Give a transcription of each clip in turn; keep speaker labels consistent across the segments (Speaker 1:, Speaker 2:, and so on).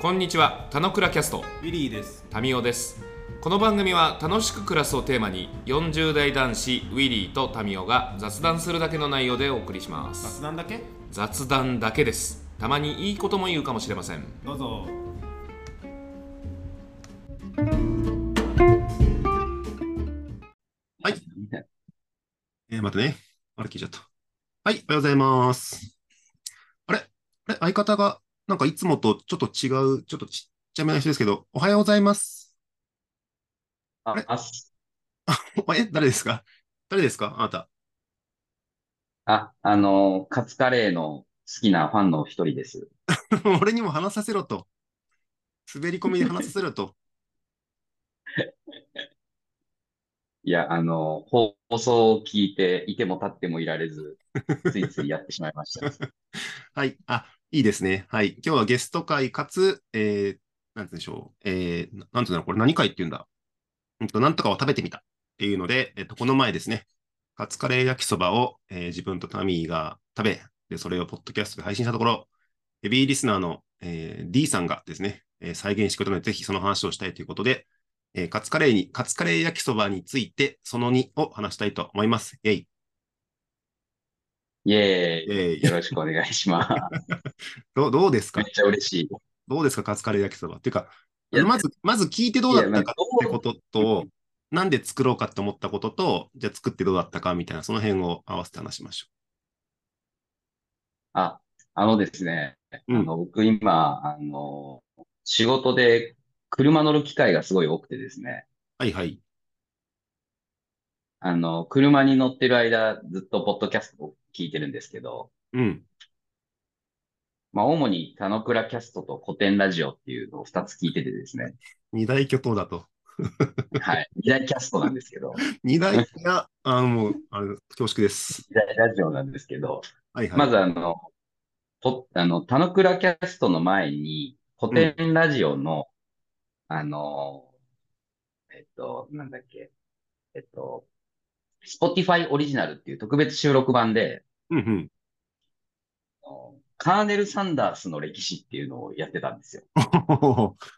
Speaker 1: こんにちは、たのくらキャスト、
Speaker 2: ウィリーです。
Speaker 1: タミオです。この番組は楽しく暮らすをテーマに、40代男子ウィリーとタミオが雑談するだけの内容でお送りします。
Speaker 2: 雑談だけ
Speaker 1: 雑談だけです。たまにいいことも言うかもしれません。
Speaker 2: どうぞ。
Speaker 3: はい。えー、またね。あれ聞いちゃった。はい、おはようございます。あれあれ相方が、なんかいつもとちょっと違う、ちょっとちっちゃめな人ですけど、おはようございます。
Speaker 4: あ
Speaker 3: え、
Speaker 4: あす。
Speaker 3: おえ、誰ですか誰ですかあなた。
Speaker 4: あ、あの、カツカレーの好きなファンの一人です。
Speaker 3: 俺にも話させろと。滑り込みで話させろと。
Speaker 4: いや、あの、放送を聞いて、いても立ってもいられず、ついついやってしまいま した。
Speaker 3: はい。あ、いいですね。はい。今日はゲスト会かつ、えー、なんて言うんでしょう。えー、ななんて言うんだろう。これ何会って言うんだ。うんと、なんとかを食べてみたっていうので、えっと、この前ですね、カツカレー焼きそばを、えー自分とタミーが食べ、で、それをポッドキャストで配信したところ、ヘビーリスナーの、えー D さんがですね、えー再現してくれたので、ぜひその話をしたいということで、えーカツカレーに、カツカレー焼きそばについて、その2を話したいと思います。イェイ。
Speaker 4: イエ
Speaker 3: イ
Speaker 4: ー
Speaker 3: ェイ
Speaker 4: イ。よろしくお願いし ます。
Speaker 3: どうどうですか
Speaker 4: めっちゃ嬉しい。
Speaker 3: どうですか、カツカレー焼きそば。っていうか、
Speaker 4: いや
Speaker 3: まず、まず聞いてどうだったか
Speaker 4: い
Speaker 3: って
Speaker 4: やな
Speaker 3: こ
Speaker 4: ん
Speaker 3: とと、なんで作ろうかって思ったことと、じゃあ作ってどうだったかみたいな、その辺を合わせて話しましょ
Speaker 4: あ、あのですね、
Speaker 3: うん
Speaker 4: あの、僕今、あの、仕事で車乗る機会がすごい多くてですね、
Speaker 3: う。はいはい。
Speaker 4: あの、車に乗ってる間、ずっとポッドキャストを聞いてるんですけど、
Speaker 3: うん。
Speaker 4: まあ、主に、田之倉キャストと古典ラジオっていうのを二つ聞いててですね。
Speaker 3: 二大巨頭だと。
Speaker 4: はい。 二大キャストなんですけど、
Speaker 3: 二大、い や、あの、もう、あれ、恐縮です。
Speaker 4: 二大ラジオなんですけど、
Speaker 3: はいはい。
Speaker 4: まずあの、と、あの、田之倉キャストの前に、古典ラジオの、あの、えっと、なんだっけ、えっと、Spotify オリジナルっていう特別収録版で、
Speaker 3: うんうん。
Speaker 4: あのカーネル・サンダースの歴史っていうのをやってたんですよ。
Speaker 3: ほほほ。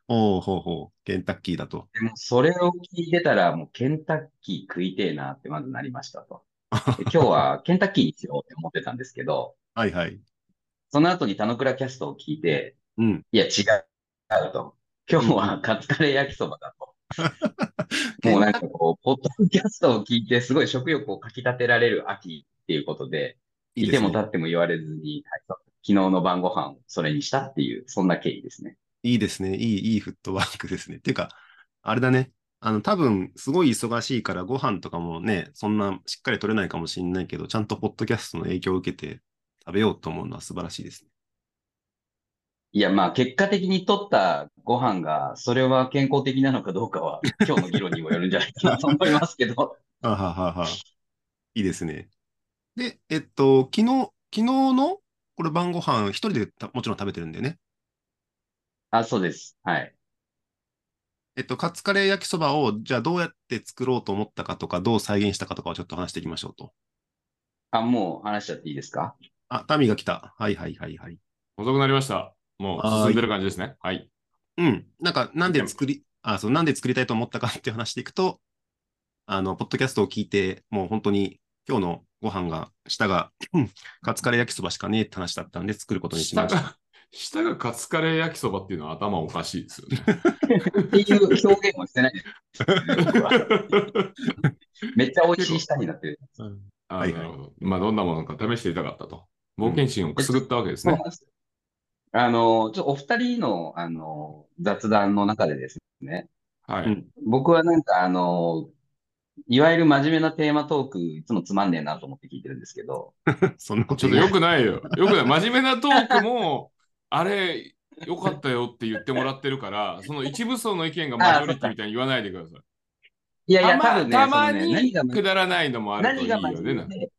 Speaker 3: ほうほうほう。ケンタッキーだと。
Speaker 4: でも、それを聞いてたら、もうケンタッキー食いてえなってまずなりましたと。で 今日はケンタッキーにしようって思ってたんですけど、
Speaker 3: はいはい。
Speaker 4: その後に田之倉キャストを聞いて、
Speaker 3: うん。
Speaker 4: いや、違うと。今日はカツカレー焼きそばだ と。もうなんかこう、ポッドキャストを聞いて、すごい食欲をかき立てられる秋っていうことで、
Speaker 3: いい
Speaker 4: い
Speaker 3: で
Speaker 4: て
Speaker 3: す
Speaker 4: も
Speaker 3: ね
Speaker 4: 立っても言われずに、はいそう昨日の晩ご飯をそれにしたっていう、そんな経緯ですね。
Speaker 3: いいですね。いい、いいフットワークですね。っていうか、あれだね。あの、多分、すごい忙しいから、ご飯とかもね、そんなしっかり取れないかもしれないけど、ちゃんとポッドキャストの影響を受けて食べようと思うのは素晴らしいですね。
Speaker 4: いや、まあ、結果的に取ったご飯が、それは健康的なのかどうか は、今日の議論にもよるんじゃないかなと思いますけど、
Speaker 3: あははは。いいですね。で、えっと、昨日、昨日の、これ晩ご飯一人でたもちろん食べてるんでね。
Speaker 4: あ、そうです。はい。
Speaker 3: えっと、カツカレー焼きそばを、じゃあどうやって作ろうと思ったかとか、どう再現したかとかをちょっと話していきましょうと。
Speaker 4: あ、もう話しちゃっていいで すか
Speaker 3: あ、タミが来た。はいはいはいはい。
Speaker 1: 遅くなりました。もう進んでる感じですね。はい。
Speaker 3: うん。なんか、なん
Speaker 1: で
Speaker 3: で
Speaker 1: も
Speaker 3: 作り、あ、そう、なんで作りたいと思ったかっていう話でいくと、あの、ポッドキャストを聞いて、もう本当に今日のご飯が、舌が、うんカツカレー焼きそばしかねえって話だったんで、作ることにし
Speaker 1: 下
Speaker 3: ました。
Speaker 1: が、下がカツカレー焼きそばっていうのは頭おかしいですよね。
Speaker 4: っていう表現をしてないですね僕はめっちゃ美味しい舌になってる。
Speaker 1: あー
Speaker 3: はい
Speaker 1: な
Speaker 3: はい
Speaker 1: るほど。まあ、どんなものか試していたかったと。冒険心をくすぐったわけです
Speaker 4: そう
Speaker 1: ね
Speaker 4: なん。ですよあの、ちょっとお二人の、あの、雑談の中でですね、
Speaker 1: は
Speaker 3: う
Speaker 1: い
Speaker 3: ん。
Speaker 4: 僕はなんかあの、いわゆる真面目なテーマトーク、いつもつまんねえなと思って聞いてるんですけど、
Speaker 3: そんなこ
Speaker 1: ちょ
Speaker 3: と
Speaker 1: っと
Speaker 3: 言う
Speaker 1: 良くないよ。良くない。真面目なトークも、あれ、良かったよって言ってもらってるから、その一部層の意見がマジョリティみたいに言わないでください。
Speaker 4: いやい
Speaker 1: た
Speaker 4: や、
Speaker 1: ま
Speaker 4: 多分ね、
Speaker 1: た
Speaker 4: そ
Speaker 1: ま
Speaker 4: のね、
Speaker 1: に
Speaker 4: 何が
Speaker 1: くだらないのもあるとい
Speaker 4: 何
Speaker 1: い
Speaker 4: が
Speaker 1: よ
Speaker 4: 真面
Speaker 1: ね。
Speaker 4: 目で、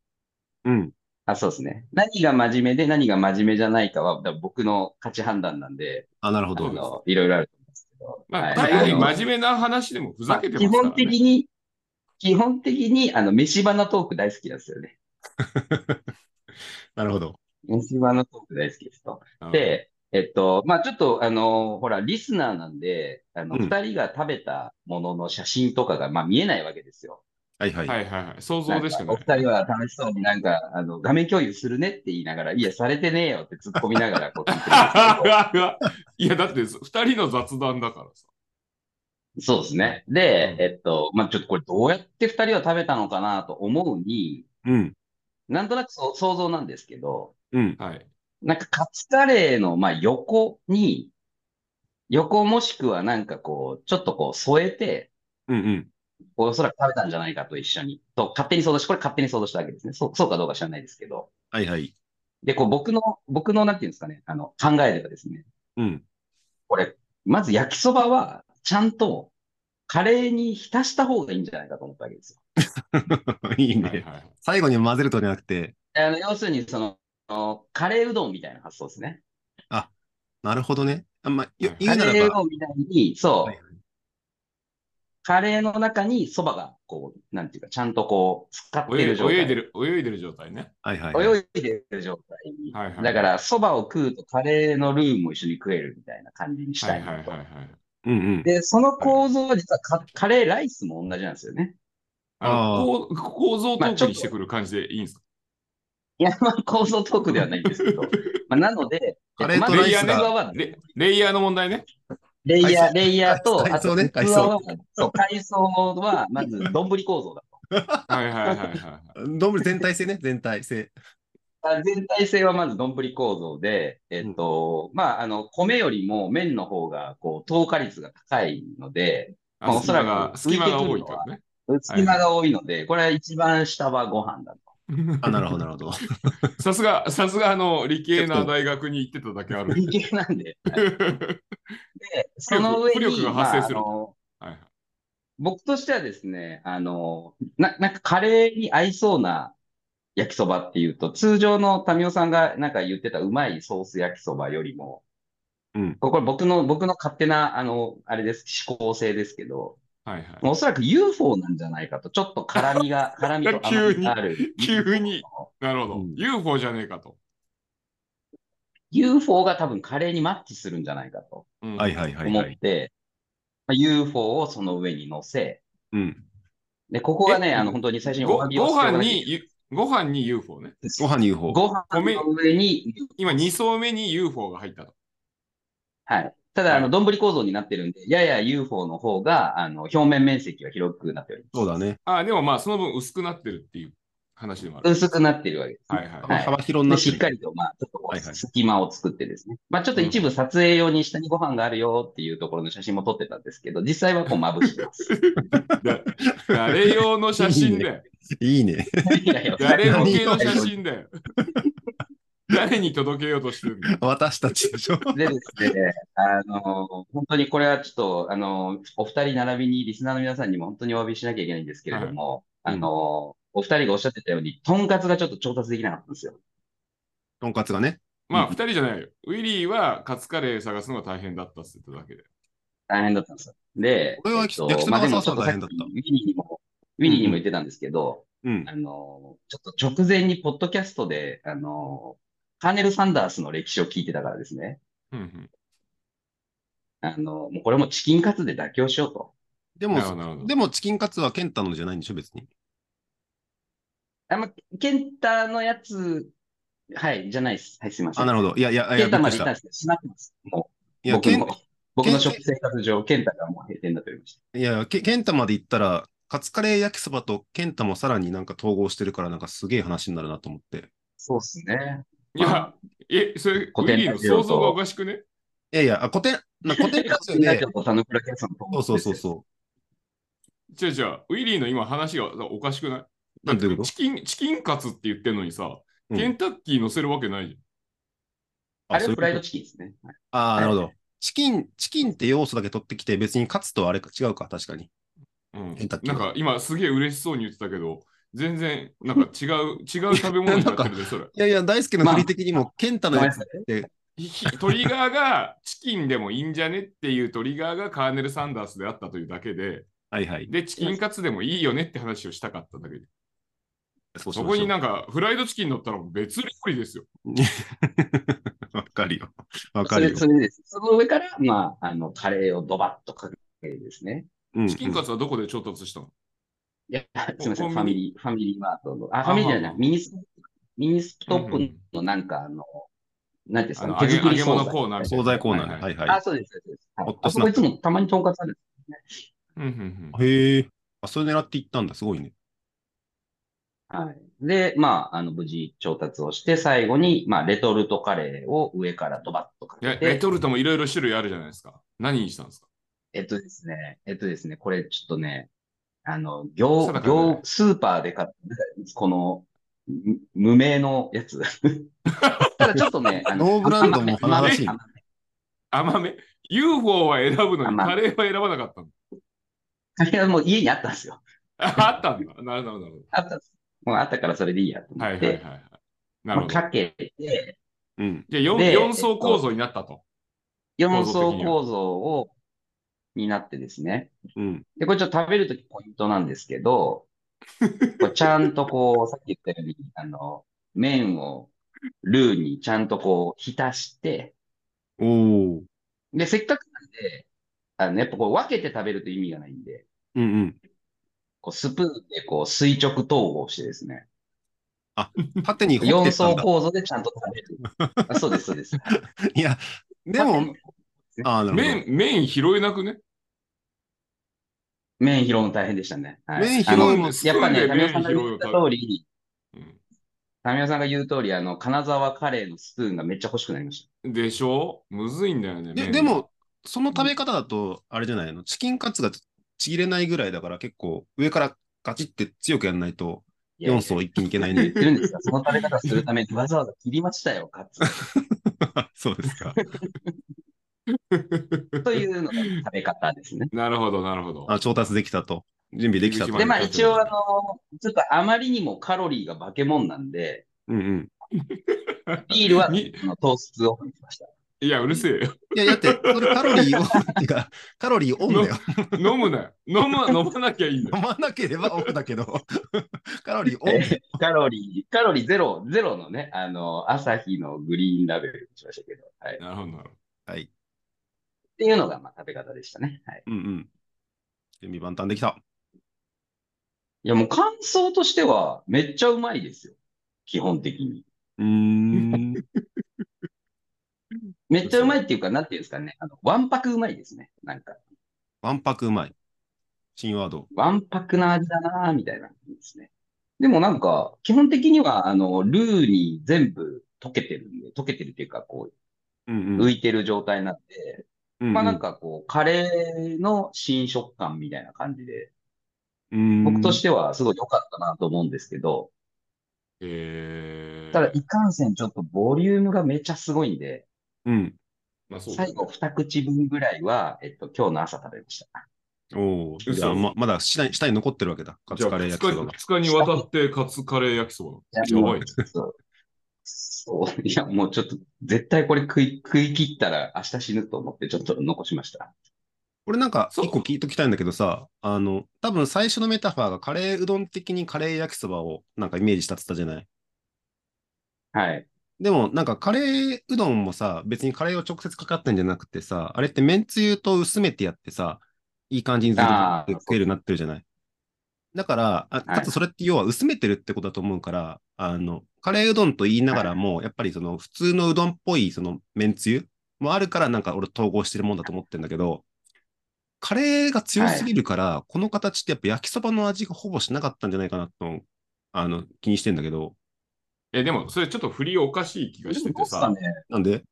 Speaker 3: うん。
Speaker 4: あ、そうですね。何が真面目で何が真面目じゃないかは、だから僕の価値判断なんで、
Speaker 3: あ、なるほ
Speaker 4: あ
Speaker 1: そうです
Speaker 3: ど。
Speaker 4: の、いろいろあると思うんですけど、
Speaker 1: ま
Speaker 4: は
Speaker 1: あ、
Speaker 4: い
Speaker 1: 大
Speaker 4: あ
Speaker 1: 概
Speaker 4: の
Speaker 1: 真面目な話でもふざけてます
Speaker 4: 基
Speaker 1: から、ね
Speaker 4: 本的に、基本的に、あの、飯花トーク大好きなんですよね。
Speaker 3: なるほど。
Speaker 4: 飯花トーク大好きですと。
Speaker 1: うん
Speaker 4: で、えっと、まあちょっと、あの、ほら、リスナーなんで、あの、
Speaker 3: うん
Speaker 4: 二人が食べたものの写真とかが、まあ見えないわけですよ。
Speaker 3: はいはい。
Speaker 1: はいはいはい。想像でしか
Speaker 4: な
Speaker 1: なんい
Speaker 4: か。お二人は楽しそうになんか、あの、画面共有するねって言いながら、いや、されてねえよって突っ込みながら、こう聞いてるんですけど
Speaker 1: いや、だってそ二人の雑談だからさ。
Speaker 4: そうですね。で、えっと、まあ、ちょっとこれどうやって二人は食べたのかなと思うに、
Speaker 3: うん。
Speaker 4: なんとなくそう想像なんですけど、
Speaker 3: うん。
Speaker 1: はい。
Speaker 4: なんかカツカレーの、まあ、横に、横もしくはなんかこう、ちょっとこう添えて、
Speaker 3: うんうん。
Speaker 4: おそらく食べたんじゃないかと一緒に。と、勝手に想像し、これ勝手に想像したわけですね。そう、そうかどうか知らないですけど。
Speaker 3: はいはい。
Speaker 4: で、こう僕の、僕のなんていうんですかね、あの、考えではですね、
Speaker 3: うん。
Speaker 4: これ、まず焼きそばは、ちゃんと、カレーに浸した方がいいんじゃないかと思ったわけですよ。
Speaker 3: いい
Speaker 1: はい
Speaker 3: ね。
Speaker 1: はい。
Speaker 3: 最後に混ぜるとじゃなくて、
Speaker 4: あの、要するに、そのあの、カレーうどんみたいな発想ですね。
Speaker 3: なるほどね。あんま、よ
Speaker 1: はい
Speaker 3: 言うな
Speaker 4: カレー
Speaker 3: ら
Speaker 4: う
Speaker 3: ば、
Speaker 4: どんみたいに、そう、
Speaker 3: はい
Speaker 4: カレーの中にそばが、こう、なんていうか、ちゃんとこう、使って
Speaker 1: 泳
Speaker 4: る
Speaker 1: い
Speaker 4: 状態。
Speaker 1: 泳いでる、泳いでる状態ね。
Speaker 3: はいはいはい。
Speaker 4: 泳いでる状態に。
Speaker 1: はいはい
Speaker 4: だから、そばを食うとカレーのルーも一緒に食えるみたいな感じにし
Speaker 1: は
Speaker 4: た
Speaker 1: い
Speaker 4: い
Speaker 1: はいは
Speaker 4: ないと
Speaker 1: はい。
Speaker 3: うんうん。
Speaker 4: で、その構造は実はカ、カレーライスも同じなんですよね。
Speaker 1: あ
Speaker 3: あ
Speaker 1: の
Speaker 3: ー
Speaker 1: こう構造トークにしてくる感じでいいんですか
Speaker 4: いや、まあ、構造トークではないんですけ ど。まあ、なので、
Speaker 3: カレー
Speaker 4: ま
Speaker 3: と
Speaker 4: ず
Speaker 1: ライスが
Speaker 4: 器は
Speaker 1: レレイヤーの問題ね。
Speaker 4: レイヤー、
Speaker 3: 海藻
Speaker 4: レイヤーと、
Speaker 3: 海藻
Speaker 4: あと
Speaker 3: ね
Speaker 4: 器
Speaker 3: 海藻
Speaker 4: は、そう、階層は、まず、丼構造だと。
Speaker 1: はいはいはいはいはい。
Speaker 3: どんぶり全体性ね、全体性。
Speaker 4: あ全体性はまず丼構造で、えっと、まあ、あの、米よりも麺の方が、こう、糖化率が高いので、ま
Speaker 1: あ
Speaker 4: あお
Speaker 1: 隙
Speaker 4: そ
Speaker 1: 間
Speaker 4: ら
Speaker 1: が
Speaker 4: く
Speaker 1: 隙間が多いからね。
Speaker 4: 隙間が多いので、これは一番下はご飯だと。
Speaker 3: あ、なるほど、なるほど。
Speaker 1: さすが、さすが、あの、理系な大学に行ってただけあ る。
Speaker 4: 理系なんで、 でその上
Speaker 1: 浮
Speaker 4: に、
Speaker 1: 力が発生する
Speaker 4: まああの
Speaker 1: はいはい
Speaker 4: 僕としてはですね、あの、な、なんかカレーに合いそうな焼きそばっていうと、通常の民生さんがなんか言ってたうまいソース焼きそばよりも、
Speaker 3: うん
Speaker 4: これこれ僕の、僕の勝手な、あの、あれです、思考性ですけど、
Speaker 1: はいはい。
Speaker 4: おそらく UFO なんじゃないかと、ちょっと辛みが、辛みと甘みがある。
Speaker 1: 急に。なるほど。
Speaker 3: うん
Speaker 1: UFO じゃねえかと。
Speaker 4: UFO が多分カレーにマッチするんじゃないかと
Speaker 1: うん
Speaker 3: はいはいはい
Speaker 4: 思っ
Speaker 3: はい。
Speaker 4: て、まあ UFO をその上に乗せ、
Speaker 3: うん。
Speaker 4: で、ここがね、
Speaker 1: え
Speaker 4: あの、本当に最初にお
Speaker 1: ご
Speaker 4: 詫び
Speaker 1: ご
Speaker 4: をしてお
Speaker 1: 飯
Speaker 4: かなきゃいけない
Speaker 1: に、ゆご飯に UFO ね。
Speaker 3: ご飯に UFO。
Speaker 4: ご飯の上に、
Speaker 1: 今、2層目に UFO が入ったと。
Speaker 4: はい。ただ、あの、丼構造になってるんで、やや UFO の方が、あの、表面面積は広くなっておりま
Speaker 3: そうだね。
Speaker 1: ああ、でもまあ、その分薄くなってるっていう話でもあ
Speaker 4: す。
Speaker 1: る。
Speaker 4: 薄くなってるわけですね。
Speaker 1: はいはい
Speaker 4: はい
Speaker 3: 幅広にな
Speaker 4: で、
Speaker 3: ってる
Speaker 4: しっかりと、まあ、ちょっとこ
Speaker 3: は
Speaker 4: う
Speaker 3: いはい
Speaker 4: 隙間を作ってですね。まあ、ちょっと一部撮影用に下にご飯があるよっていうところの写真も撮ってたんですけど、実際はこうまぶしてます。
Speaker 1: 誰用の写真だよ。
Speaker 3: いいね。
Speaker 4: いやいや
Speaker 1: 誰向けの写真だよ。誰に届けようとしてるんだよ。
Speaker 3: 私たちでしょ。
Speaker 4: でですね、あの、本当にこれはちょっと、あの、お二人並びにリスナーの皆さんにも本当にお詫びしなきゃいけないんですけれども、
Speaker 3: はい
Speaker 4: あの、お二人がおっしゃってたように、とんかつがちょっと調達できなかったんですよ。
Speaker 3: とんかつがね。
Speaker 1: まあ、
Speaker 3: うん
Speaker 1: 2人じゃないよ。ウィリーはカツカレー探すのが大変だったって言っただけで。
Speaker 4: 大変だったんですよ。で、
Speaker 3: これは
Speaker 4: えっと
Speaker 3: 焼きそば
Speaker 4: まあで
Speaker 3: が
Speaker 4: も
Speaker 3: さ
Speaker 4: ちょっと
Speaker 3: 大
Speaker 4: さっ
Speaker 3: 変
Speaker 4: き
Speaker 3: だった
Speaker 4: ウィリーにも、ウィリーにも言ってたんですけど、
Speaker 3: うん。
Speaker 4: あの、ちょっと直前にポッドキャストで、あの、カーネル・サンダースの歴史を聞いてたからですね。
Speaker 1: うんうん
Speaker 4: あの、もうこれもチキンカツで妥協しようと。
Speaker 3: で
Speaker 1: なるほど
Speaker 3: も、
Speaker 1: なるほど。
Speaker 3: でもチキンカツはケンタのじゃないんでしょ、別に。
Speaker 4: あんま、ケンタのやつ、はい、じゃないです。はい、すいませ
Speaker 3: あ、
Speaker 4: ん。
Speaker 3: なるほど。いやいや、い
Speaker 4: ケ
Speaker 3: や、
Speaker 4: ンタ
Speaker 3: び
Speaker 4: ま
Speaker 3: っくり
Speaker 4: で
Speaker 3: し。
Speaker 4: 行ったたん
Speaker 3: い
Speaker 4: ですけど、しまってます。もう、
Speaker 3: や、
Speaker 4: 僕
Speaker 3: ケン
Speaker 4: も、僕の
Speaker 3: ケン
Speaker 4: 食生活上、ケンタがもう閉店だと言いました。
Speaker 3: いやケケンタまで行ったら、カツカレー焼きそばとケンタもさらになんか統合してるから、なんかすげえ話になるなと思って。
Speaker 4: そうですね。
Speaker 1: いや、え、それ、ウ
Speaker 4: 古
Speaker 1: ィ
Speaker 4: 典
Speaker 1: リー
Speaker 4: ラ
Speaker 1: の
Speaker 4: ジオと
Speaker 1: 想像がおかしくね
Speaker 3: いやいや、あ、古典、な古典ラジオ
Speaker 4: みんな
Speaker 3: で
Speaker 4: ちょ、っとサヌプラキャストの友
Speaker 3: そう
Speaker 4: 達
Speaker 3: そうそう
Speaker 4: ですよ。
Speaker 3: そ。
Speaker 1: じゃじゃウィリーの今話がおかしくないう
Speaker 3: なんていうこと
Speaker 1: チキン、チキンカツって言ってんのにさ、
Speaker 3: うん
Speaker 1: ケンタッキー乗せるわけないじ
Speaker 4: あれはフライド
Speaker 3: チキン。
Speaker 4: チキンですね。はい
Speaker 3: ああ、なるほど。チキン、チキンって要素だけ取ってきて、別にカツとあれか違うか、確かに。
Speaker 1: ゃん。うん
Speaker 3: ケンタッ。キー
Speaker 1: なんか今すげえ嬉しそうに言ってたけど、全然なんか違う、違う食べ物になって るで、それ。
Speaker 3: いやいや、大輔の振り的にも、ケンタ
Speaker 4: ご
Speaker 3: の
Speaker 4: めん
Speaker 3: や
Speaker 4: な
Speaker 3: つ
Speaker 4: さい。
Speaker 1: ひひトリガーがチキンでもいいんじゃねっていうトリガーがカーネル・サンダースであったというだけで、
Speaker 3: はいはい。
Speaker 1: で、チキンカツでもいいよねって話をしたかったんだけど、
Speaker 3: そうし
Speaker 1: そ
Speaker 3: ま
Speaker 1: こ
Speaker 3: しょ
Speaker 1: に
Speaker 3: う
Speaker 1: なんかフライドチキン乗ったら別料理ですよ。
Speaker 3: かるよ。わ
Speaker 4: そ
Speaker 3: かる
Speaker 4: れ、
Speaker 3: よ
Speaker 4: そ。れです。その上から、まあ、あの、カレーをドバッとかけてですね。
Speaker 3: うん
Speaker 1: チキンカツはどこで調達したの
Speaker 4: いや、すみません、
Speaker 1: コンビニ
Speaker 4: ファミリー、ファミリーマートの、あ、
Speaker 1: あ
Speaker 4: ファミリーじゃな
Speaker 1: あ
Speaker 4: い、
Speaker 1: あ
Speaker 4: ミニストップ、ミニストッ
Speaker 1: うんう
Speaker 4: プ
Speaker 1: ん
Speaker 4: のなんか、あの、なんていうんで
Speaker 1: あ
Speaker 4: すか
Speaker 1: の
Speaker 4: ね、
Speaker 1: 揚
Speaker 4: 手
Speaker 1: げ
Speaker 4: 作
Speaker 1: 揚
Speaker 4: り
Speaker 1: げ
Speaker 4: 惣
Speaker 1: 物
Speaker 4: 菜
Speaker 1: コーナーみたい
Speaker 3: 惣
Speaker 1: な。
Speaker 3: 菜コーナーね。
Speaker 1: は
Speaker 3: はいいは
Speaker 4: あ、そうです、そうです。はい
Speaker 3: ホット
Speaker 4: あそこいつもたまにとんかつあるんです。
Speaker 1: はい。うん
Speaker 3: い。へえ。あ、それ狙っていったんだ。すごいね。
Speaker 4: はい。で、まあ、あの、無事調達をして、最後に、まあ、レトルトカレーを上からドバッとか
Speaker 1: うんうん
Speaker 4: け
Speaker 1: でレ
Speaker 4: て、
Speaker 1: トルトもいろいろ種類あるじゃないですか。何にしたんですか
Speaker 4: えっとですね、えっとですね、これちょっとね、あの、行、
Speaker 1: 定かじゃない
Speaker 4: 行、スーパーで買った、この、む無名のやつ。 ただちょっとね、あの、
Speaker 3: ノーブランドも
Speaker 4: 甘め
Speaker 3: 悲しいね
Speaker 4: 甘め
Speaker 1: 甘め。UFO は選ぶのに
Speaker 4: 甘
Speaker 1: カ
Speaker 4: め
Speaker 1: レーは選ばなかったの。
Speaker 4: カレーはもう家にあったんですよ。
Speaker 1: ああったんだ。なるほど、なるほ
Speaker 4: あったんです。もうあったからそれでいいやと
Speaker 1: ど。はい
Speaker 4: 思っ
Speaker 1: はいはい
Speaker 4: て、
Speaker 1: はい。なる
Speaker 4: ま
Speaker 1: ほど。
Speaker 4: あ、かけて、
Speaker 3: うん。
Speaker 1: じゃあ四
Speaker 4: で
Speaker 1: 四層構造になったと。
Speaker 4: 4
Speaker 1: 構造
Speaker 4: 層
Speaker 1: 的には
Speaker 4: 構造を、になってですね。
Speaker 3: うん。
Speaker 4: で、これちょっと食べるときポイントなんですけ ど、こうちゃんとこう、さっき言ったように、あの、麺をルーにちゃんとこう、浸して、
Speaker 3: おお。
Speaker 4: で、せっかくなんで、あの、やっぱこう、分けて食べると意味がないんで、
Speaker 3: うんうん。
Speaker 4: こう、スプーンでこう、垂直統合してですね、
Speaker 3: 縦に掘っ
Speaker 4: 4
Speaker 3: てったん
Speaker 4: 層
Speaker 3: だ。
Speaker 4: 構造でちゃんと食べる。あそうです、そうです。
Speaker 3: いや、 でも、ああ、なるほど。
Speaker 1: 麺、麺拾えなくね。
Speaker 4: 麺拾うの大変でしたね。はい。
Speaker 3: 麺拾
Speaker 4: あ
Speaker 3: うの
Speaker 4: のやっぱね、
Speaker 1: スプーンで
Speaker 4: 民生さんが言った通り、
Speaker 1: う
Speaker 4: 民生さんが言う通り、あの、金沢カレーのスプーンがめっちゃ欲しくなりました。
Speaker 1: ん、でしょむずいんだよね。
Speaker 3: で
Speaker 1: 麺
Speaker 3: で、も、その食べ方だと、あれじゃないの、チキンカツがちぎれないぐらいだから、結構上からガチって強くやんないと、
Speaker 4: いやいや
Speaker 3: 4層一気にいけない
Speaker 4: 言っ
Speaker 3: ね。
Speaker 4: てるんですかその食べ方するためにわざわざ切りましたよ、カツ。
Speaker 3: そうですか。
Speaker 4: というのが食べ方ですね。
Speaker 1: なるほど、なるほど。
Speaker 3: あ調達できたと。準備できたと。
Speaker 1: 準
Speaker 4: で、
Speaker 1: 備し
Speaker 4: まあ一応あの、ちょっとあまりにもカロリーが化け物なんで、
Speaker 3: うんうん。
Speaker 4: ビール は
Speaker 1: に
Speaker 4: あの糖質を増やしました。
Speaker 1: いや、うるせえよ。
Speaker 3: いや、だって、それカロリーオンっていうか、カロリーオンだよ。
Speaker 1: 飲むなよ。飲む、飲まなきゃいいんだよ。
Speaker 3: 飲まなければオンだけど、 カロリーオン
Speaker 4: えーカロリー、カロリーゼロ、ゼロのね、あの、朝日のグリーンラベルにしましたけど、はい。っ
Speaker 1: なるほど、なるほ
Speaker 3: はい。
Speaker 4: ていうのが、まあ、食べ方でしたね。はい。
Speaker 3: うんうん。準備万端でき た。
Speaker 4: いや、もう感想としては、めっちゃうまいですよ。基本的に。
Speaker 3: うーん。
Speaker 4: めっちゃうまいっていうか、なんていうんですかね。あの、わんぱくうまいですね。なんか、
Speaker 3: わんぱくうまい。新ワード。
Speaker 4: わんぱくな味だなぁ、みたいな感じですね。でもなんか、基本的には、あの、ルーに全部溶けてるんで、溶けてるっていうか、こ
Speaker 3: うん
Speaker 4: う、浮いてる状態なんで、
Speaker 3: うん。
Speaker 4: まあなんかこう、カレーの新食感みたいな感じで、
Speaker 3: うん、。
Speaker 4: 僕としててはすごい良かったなと思うんですけど、
Speaker 1: ど。えー、
Speaker 4: ただいかんせんちょっとボリュームがめちゃすごいんで、
Speaker 3: うん。
Speaker 1: まあ、そうだね
Speaker 4: 最後二口分ぐらいは、えっと、今日の朝食べました。
Speaker 3: おお、
Speaker 1: 嘘
Speaker 3: じゃあままだ下に下に残ってるわけだ。カ
Speaker 1: じゃ
Speaker 3: ツ
Speaker 1: あ
Speaker 3: カレー焼きそばが
Speaker 1: 2。日にわたってカツカレー焼きそば。
Speaker 4: い
Speaker 1: や
Speaker 4: も
Speaker 1: ば
Speaker 4: う
Speaker 1: いね。
Speaker 4: そう。そう。いや、もうちょっと、絶対これ食い、食い切ったら明日死ぬと思って、ちょっと残しました。
Speaker 3: 俺なんか
Speaker 1: そう
Speaker 3: 一個聞いときたいんだけどさ、あの、多分最初のメタファーがカレーうどん的にカレー焼きそばをなんかイメージしたって言ったじゃない。
Speaker 4: はい。
Speaker 3: でもなんかカレーうどんもさ、別にカレーを直接かかってんじゃなくてさ、あれってめんつゆと薄めてやってさ、いい感じにずっ
Speaker 4: あ
Speaker 3: と
Speaker 4: ー
Speaker 3: 食えるようになってるじゃない。だから、あ
Speaker 4: はい
Speaker 3: かつそれって要は薄めてるってことだと思うから、あの、カレーうどんと言いながらも、やっぱりその普通のうどんっぽいそのめんつゆもあるから、なんか俺統合してるもんだと思ってんだけど、カレーが強すぎるから、この形ってやっぱ焼きそばの味がほぼしなかったんじゃないかなと、あの、気にしてんだけど、
Speaker 1: え、でも、それちょっと振りおかしい気がしてて
Speaker 4: な
Speaker 1: さ
Speaker 4: ん、かね
Speaker 3: なんで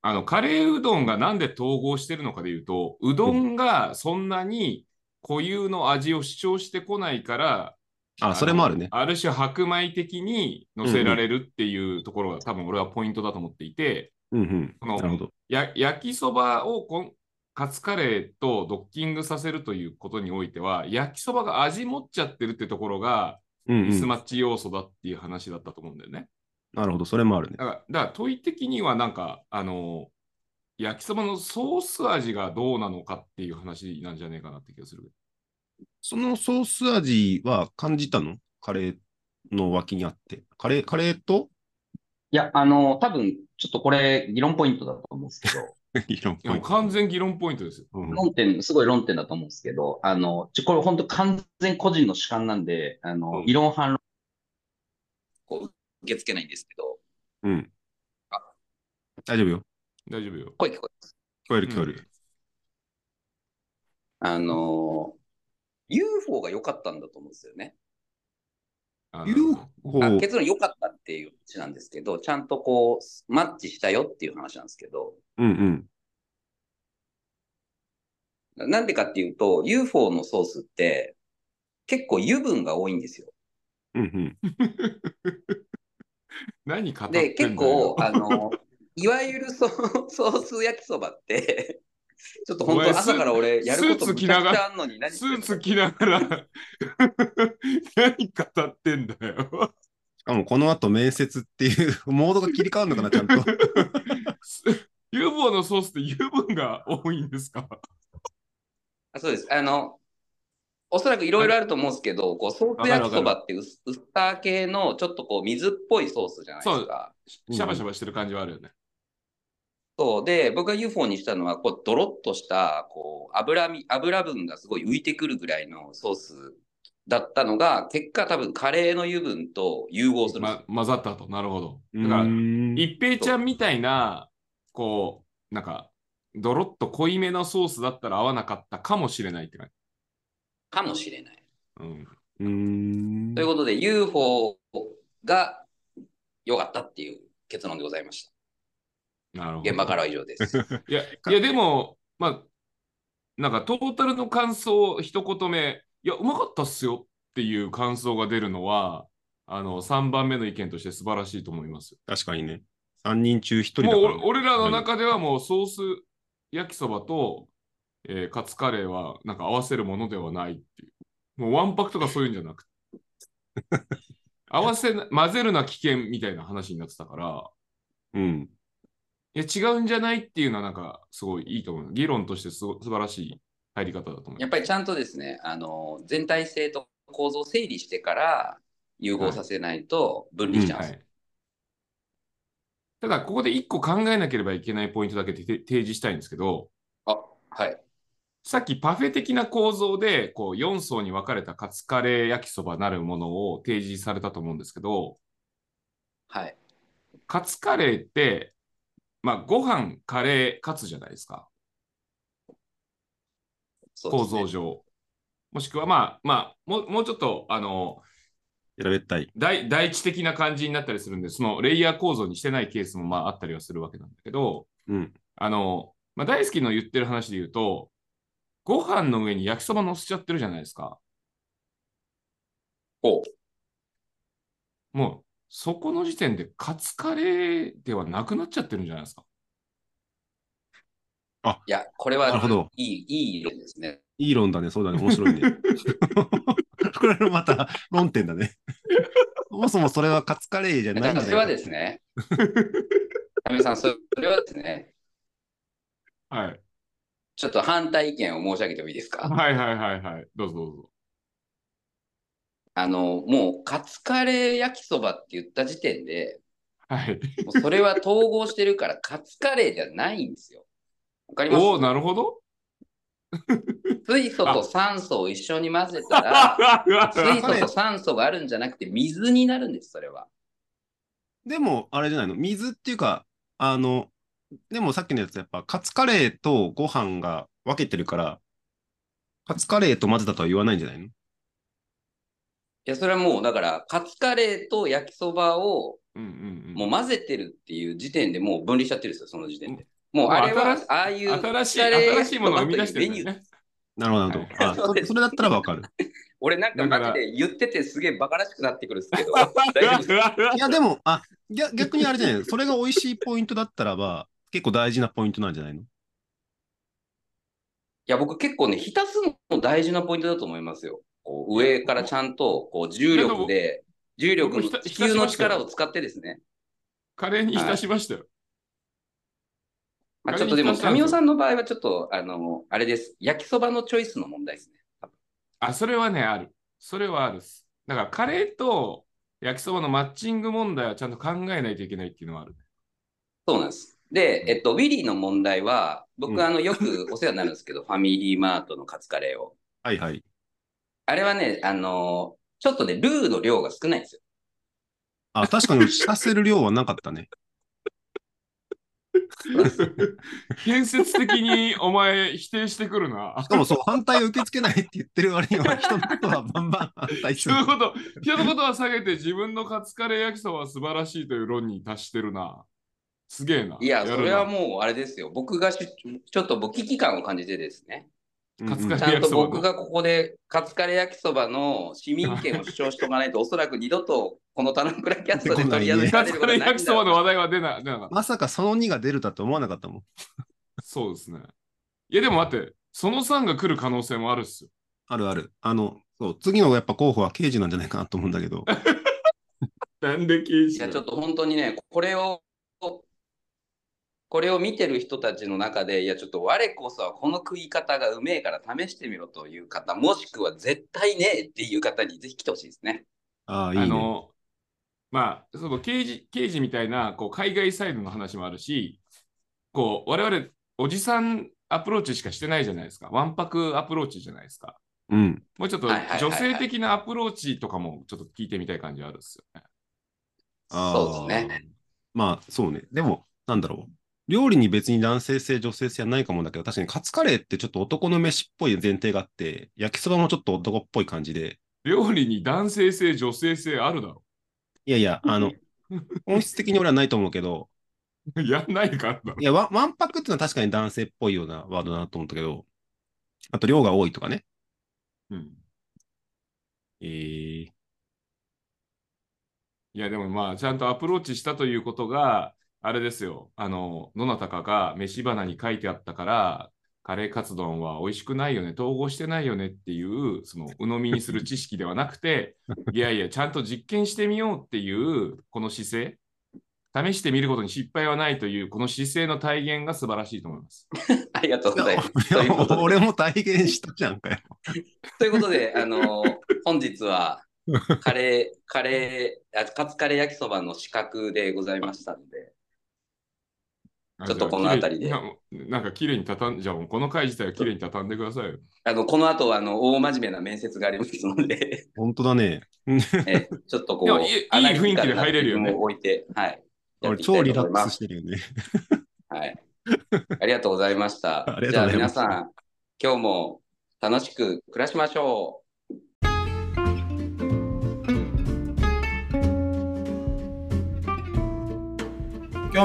Speaker 1: あの、カレーうどんがなんで統合してるのかで言うと、うどんがそんなに固有の味を主張してこないから、
Speaker 3: あ、それもあるね。
Speaker 1: のある種白米的に乗せられるっていうところが多分俺はポイントだと思っていて、
Speaker 3: うん
Speaker 1: こ
Speaker 3: うん。
Speaker 1: の
Speaker 3: なるほど。
Speaker 1: や焼きそばをこんカツカレーとドッキングさせるということにおいては、焼きそばが味持っちゃってるってところが
Speaker 3: う
Speaker 1: ミ
Speaker 3: んう
Speaker 1: ス
Speaker 3: ん、
Speaker 1: マッチ要素だっていう話だったと思うんだよね。
Speaker 3: なるほど、それもあるね。
Speaker 1: だからだから問い的にはなんか、あの焼きそばのソース味がどうなのかっていう話なんじゃねえかなって気がする。
Speaker 3: そのソース 味は感じたのカレーの脇にあって。カレー、カレーと
Speaker 4: いや、あの、多分、ちょっとこれ、議論ポイントだと思うんですけど、
Speaker 3: 議論っ
Speaker 1: いやも。
Speaker 3: ぽいう
Speaker 1: 完全議論ポイントですよ。
Speaker 3: うん
Speaker 4: 論点、すごい論点だと思うんですけど、あの、ちょこれ本当完全個人の主観なんで、あの
Speaker 3: う、ん
Speaker 4: 異論反論、こう、受け付けないんですけど、
Speaker 3: うん。大丈夫よ。聞
Speaker 1: 大丈夫よ。
Speaker 4: 声聞こえます
Speaker 3: こえる聞こえる。
Speaker 4: あの、UFO が良かったんだと思うんですよね。
Speaker 1: あの
Speaker 3: UFO
Speaker 4: あ結論良かったっていう話なんですけど、ちゃんとこう、マッチしたよっていう話なんですけど、
Speaker 3: うんうん。
Speaker 4: なんでかっていうと、UFO のソースって、結構油分が多いんですよ。
Speaker 3: うん
Speaker 1: 何語ってんだよ
Speaker 4: で、結構、、あの、いわゆるソソース焼きそばって、ちょっと本
Speaker 1: お前
Speaker 4: 当朝から俺やること
Speaker 1: スーツ
Speaker 4: む
Speaker 1: 着
Speaker 4: ち
Speaker 1: な
Speaker 4: ゃく
Speaker 1: がら
Speaker 4: ちゃあんのに何
Speaker 1: スーツ着ながら何語ってんだよ。
Speaker 3: しかもこの後面接っていう モードが切り替わるのかな、ち ゃんと。
Speaker 1: す UFO のソースって油分が多いんですか
Speaker 4: あそうです。あの、おそらくいろいろあると思うんですけど、こうソース焼きそばってウスウスター系のちょっとこう水っぽいソースじゃないですか。
Speaker 1: シャバシャバしてる感じはあるよね。
Speaker 4: そうで、僕が UFO にしたのは、こう、ドロッとした、こう、油み、油分がすごい浮いてくるぐらいのソースだったのが、結果多分カレーの油分と融合するんですよ
Speaker 1: ま、混ざった後、なるほど。
Speaker 3: う
Speaker 1: だから、
Speaker 3: ん
Speaker 1: 一平ちゃんみたいな、こう、なんか、ドロッと濃いめのソースだったら合わなかったかもしれないって感
Speaker 4: かもしれない。
Speaker 1: じ。うん。
Speaker 3: うん
Speaker 4: ということで、UFO が良かったっていう結論でございまし
Speaker 1: なるほど。
Speaker 4: た。現場からは以上です。
Speaker 1: いや、いやでも、まあ、なんかトータルの感想、一言目、いや、うまかったっすよっていう感想が出るのは、あの、3番目の意見として素晴らしいと思います。
Speaker 3: 確かにね。3人中1人だか
Speaker 1: もう
Speaker 3: らね、
Speaker 1: お俺らの中ではもうソース焼きそばと、えーカツカレーはなんか合わせるものではないっていう。もうワンパクとかそういうんじゃなくて。合わせな、混ぜるな危険みたいな話になってたから、
Speaker 3: うん。
Speaker 1: いや違うんじゃないっていうのはなんかすごいいいと思う。議論としてすご素晴らしい入り方だと思いま
Speaker 4: やっ
Speaker 1: す。
Speaker 4: ぱりちゃんとですね、あの、全体性と構造を整理してから融合させないと分離しちゃうん
Speaker 1: は
Speaker 4: で
Speaker 1: い。
Speaker 4: す。
Speaker 1: ただ、ここで一個考えなければいけないポイントだけてて提示したいんですけど、
Speaker 4: はい。はい
Speaker 1: さっきパフェ的な構造でこう4層に分かれたカツカレー焼きそばなるものを提示されたと思うんですけど、
Speaker 4: はい。
Speaker 1: カツカレーって、まあ、ご飯、カレー、カツじゃないですか、
Speaker 4: そうで
Speaker 1: 構
Speaker 4: すね
Speaker 1: 造上。もしくは、まあ、まあ、もうもうちょっとあの
Speaker 3: 平べったい。
Speaker 1: 大大地的な感じになったりするんで、そのレイヤー構造にしてないケースもまああったりはするわけなんだけど、
Speaker 3: うん。
Speaker 1: あのまあ、大好きの言ってる話で言うと、ご飯の上に焼きそば乗せちゃってるじゃないですか。
Speaker 4: ほう
Speaker 1: もうそこの時点でカツカレーではなくなっちゃってるんじゃないですか。
Speaker 4: いや、これ
Speaker 3: なるほ
Speaker 4: は
Speaker 3: ど
Speaker 4: いい、いい色ですね。
Speaker 3: いい論だね。そうだね。面白いね。 これのまた論点だ ね。そもそもそれはカツカレーじゃ
Speaker 4: だ
Speaker 3: ない
Speaker 4: から
Speaker 3: んだよ。
Speaker 4: それはですね、 タメさん、それはですね、
Speaker 1: はい、
Speaker 4: ちょっと反対意見を申し上げてもいいですか
Speaker 1: はいはいはいはい。どうぞどうぞ。
Speaker 4: あの、もう、カツカレー焼きそばって言った時点で、
Speaker 1: はい、
Speaker 4: もうそれは統合してるから、カツカレーじゃないんですよ。わかります
Speaker 1: おお、なるほど。
Speaker 4: 水素と酸素を一緒に混ぜたら、水素と酸素があるんじゃなくて、水になるんです、それは。
Speaker 3: でも、あれじゃないの水っていうか、あの、でもさっきのやつ、やっぱカツカレーとご飯が分けてるから、カツカレーと混ぜたとは言わないんじゃないの
Speaker 4: いや、それはもう、だから、カツカレーと焼きそばを
Speaker 1: うんうんう
Speaker 4: も
Speaker 1: ん
Speaker 4: う混ぜてるっていう時点でもう分離しちゃってるんですよ、その時点で。も
Speaker 1: もう
Speaker 4: う、あれは
Speaker 1: 新し、
Speaker 4: ああいう、
Speaker 1: 新しい、
Speaker 4: カレー
Speaker 1: 新しいものを生み出してるんだよね。
Speaker 3: なるほど、なるほど。あ
Speaker 4: そうです
Speaker 3: そそれだったら分かる。
Speaker 4: 俺なんか
Speaker 1: だ
Speaker 4: マ
Speaker 1: から
Speaker 4: ジで言っててすげえバカらしくなってくるんです けど、大丈夫ですか
Speaker 3: いや、でも、あ、逆逆にあれじゃないのそれが美味しいポイントだったらば、結構大事なポイントなんじゃないの
Speaker 4: いや、僕結構ね、浸すの大事なポイントだと思いますよ。こう上からちゃんとこう重力で、重力の
Speaker 1: 僕浸
Speaker 4: 地球の
Speaker 1: 浸しましたよ
Speaker 4: 力を使ってですね。
Speaker 1: カレーに浸しましたよ。
Speaker 4: まあ、
Speaker 1: あれ
Speaker 4: ちょっとでも、
Speaker 1: 浸したんで
Speaker 4: 神
Speaker 1: すよ
Speaker 4: 尾さんの場合はちょっと、あの、あれです。焼きそばのチョイスの問題ですね。
Speaker 1: あ、それはね、ある。それはあるっす。だからカレーと焼きそばのマッチング問題はちゃんと考えないといけないっていうのはある。
Speaker 4: そうなんです。で、えっと、ウィリーの問題は、
Speaker 3: うん
Speaker 4: 僕、あの、よくお世話になるんですけど、 ファミリーマートのカツカレーを。
Speaker 3: はいはい。
Speaker 4: あれはね、あの、ちょっとね、ルーの量が少ないんですよ。
Speaker 3: あ、確 かに知らせる量はなかったね。
Speaker 1: 建設的にお前否定してくるな
Speaker 3: し。かもそう、反対を受け付けないって言ってる割には、人のことはバンバン反対す
Speaker 1: 人の
Speaker 3: る。
Speaker 1: こと、人のことは下げて自分のカツカレー焼きそばは素晴らしいという論に達してるな。すげえな。
Speaker 4: いや、
Speaker 1: る
Speaker 4: そ
Speaker 1: な
Speaker 4: れはもう、あれですよ。僕がし、ちょっと僕、危機感を感じてですね。
Speaker 1: カツカ
Speaker 4: ち
Speaker 1: レ
Speaker 4: ゃん
Speaker 1: 焼き
Speaker 4: と
Speaker 1: そばの
Speaker 4: 僕がここでカツカレー焼きそばの市民権を主張しておかないと、おそらく二度とこの田中倉キャストで取り上げら
Speaker 1: カ
Speaker 4: れ
Speaker 1: ツ
Speaker 4: る
Speaker 1: カ
Speaker 4: こと
Speaker 1: レー
Speaker 4: はない
Speaker 1: 焼
Speaker 4: ん
Speaker 1: き
Speaker 4: だ
Speaker 1: そば
Speaker 4: よ
Speaker 1: の話題は出な出なかった。
Speaker 3: まさかその2が出るだと思わなかったもん。
Speaker 1: そうですね。いや、でも待って、その3が来る可能性もあるっすよ。
Speaker 3: あるある。あの、そう、次のやっぱ候補は刑事なんじゃないかなと思うんだけど。
Speaker 1: なんで禁
Speaker 4: いや、ちょっと本当にね、これを、これを見てる人たちの中で、いや、ちょっと我こそはこの食い方がうめえから試してみろという方、もしくは絶対ねえっていう方にぜひ来てほしいですね。
Speaker 3: ああ、いい
Speaker 1: あ
Speaker 3: ね。
Speaker 1: の、まあ、その刑事、刑事みたいな、こう、海外サイドの話もあるし、こう、我々、おじさんアプローチしかしてないじゃないですか。わんぱくアプローチじゃないですか。
Speaker 3: うん。
Speaker 1: もうちょっと
Speaker 4: はいはいはいはい
Speaker 1: 女性的なアプローチとかもちょっと聞いてみたい感じはあるっすよね。
Speaker 3: あー
Speaker 4: そうですね。
Speaker 3: まあ、そうね。でも、なんだろう。料理に別に男性性、女性性はないかもだけど、確かにカツカレーってちょっと男の飯っぽい前提があって、焼きそばもちょっと男っぽい感じで、
Speaker 1: 料理に男性性、女性性あるだろ。
Speaker 3: いやいや、あの、本質的に俺はないと思うけど、
Speaker 1: やんないからだろ。
Speaker 3: いや、わわんぱくっていうのは確かに男性っぽいようなワードだなと思ったけど、あと量が多いとかね。
Speaker 1: うん
Speaker 3: えー、
Speaker 1: いや、でもまあ、ちゃんとアプローチしたということが、あれですよ。あの、どなたかが飯花に書いてあったから、カレーカツ丼は美味しくないよね、統合してないよねっていう、その、鵜呑みにする知識ではなく て、いやいや、ちゃんと実験してみようっていう、この姿勢、試してみることに失敗はないという、この姿勢の体現が素晴らしいと思います。
Speaker 4: ありがとうございます。
Speaker 3: い
Speaker 4: というこ
Speaker 3: や
Speaker 4: とで、
Speaker 3: 俺も体験したじゃんかよ。
Speaker 4: ということであ の本日はカレー、カレーあ、カツカレー焼きそばの資格でございましたので、ちょっとこの辺りで
Speaker 1: じゃあ綺麗にななんか綺麗に畳んじゃあもうこの回自体は綺麗に畳んでくださいよ。
Speaker 4: あのこの後はあの大真面目な面接があります ので、
Speaker 3: 本当だね。
Speaker 4: えちょっとこ
Speaker 1: でも
Speaker 4: う、
Speaker 1: いいいい
Speaker 4: アナリティカルな
Speaker 1: 雰囲気で入れるよね
Speaker 4: 自分を置いて、はい。やっ
Speaker 3: 俺
Speaker 4: ていきた
Speaker 3: 超
Speaker 4: い
Speaker 3: リ
Speaker 4: と
Speaker 3: ラ
Speaker 4: 思いま
Speaker 3: ック
Speaker 4: す
Speaker 3: スしてるよね。
Speaker 4: はい。ありがとうございました
Speaker 3: あり。
Speaker 4: じ
Speaker 3: がとう
Speaker 4: ゃあ
Speaker 3: ございま
Speaker 4: 皆
Speaker 3: した
Speaker 4: さん、今日も楽しく暮らしましょう。
Speaker 5: 今